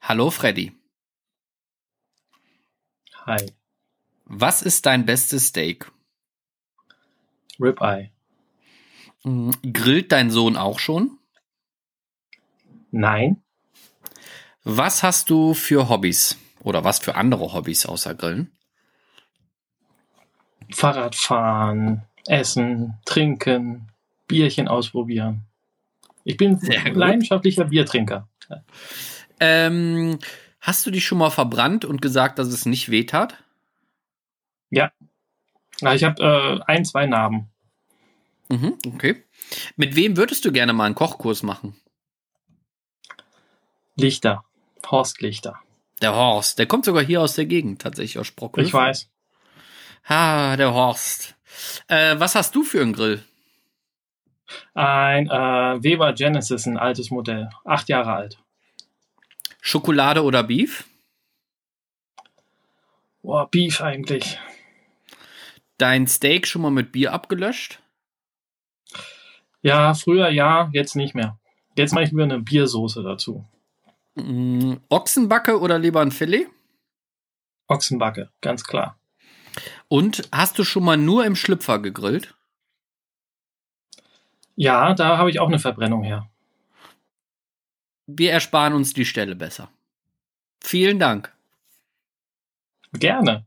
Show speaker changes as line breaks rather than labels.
Hallo Freddy.
Hi.
Was ist dein bestes Steak?
Ribeye.
Mm, Grillt dein Sohn auch schon?
Nein.
Was hast du für Hobbys? Oder was für andere Hobbys außer Grillen?
Fahrradfahren, essen, trinken, Bierchen ausprobieren. Ich bin
Sehr gut.
leidenschaftlicher Biertrinker.
Ähm, hast du dich schon mal verbrannt und gesagt, dass es nicht wehtat?
Ja, Ich habe äh, ein, zwei Narben.
Mhm, okay. Mit wem würdest du gerne mal einen Kochkurs machen?
Lichter. Horst Lichter.
Der Horst. Der kommt sogar hier aus der Gegend, tatsächlich aus Sprockel.
Ich weiß.
Ah, der Horst. Äh, was hast du für einen Grill?
Ein äh, Weber Genesis, ein altes Modell. Acht Jahre alt.
Schokolade oder Beef?
Boah, Beef eigentlich.
Dein Steak schon mal mit Bier abgelöscht?
Ja, früher ja, jetzt nicht mehr. Jetzt mache ich mir eine Biersoße dazu.
Mm, Ochsenbacke oder Lebernfilet?
Ochsenbacke, ganz klar.
Und hast du schon mal nur im Schlüpfer gegrillt?
Ja, da habe ich auch eine Verbrennung her.
Wir ersparen uns die Stelle besser. Vielen Dank.
Gerne.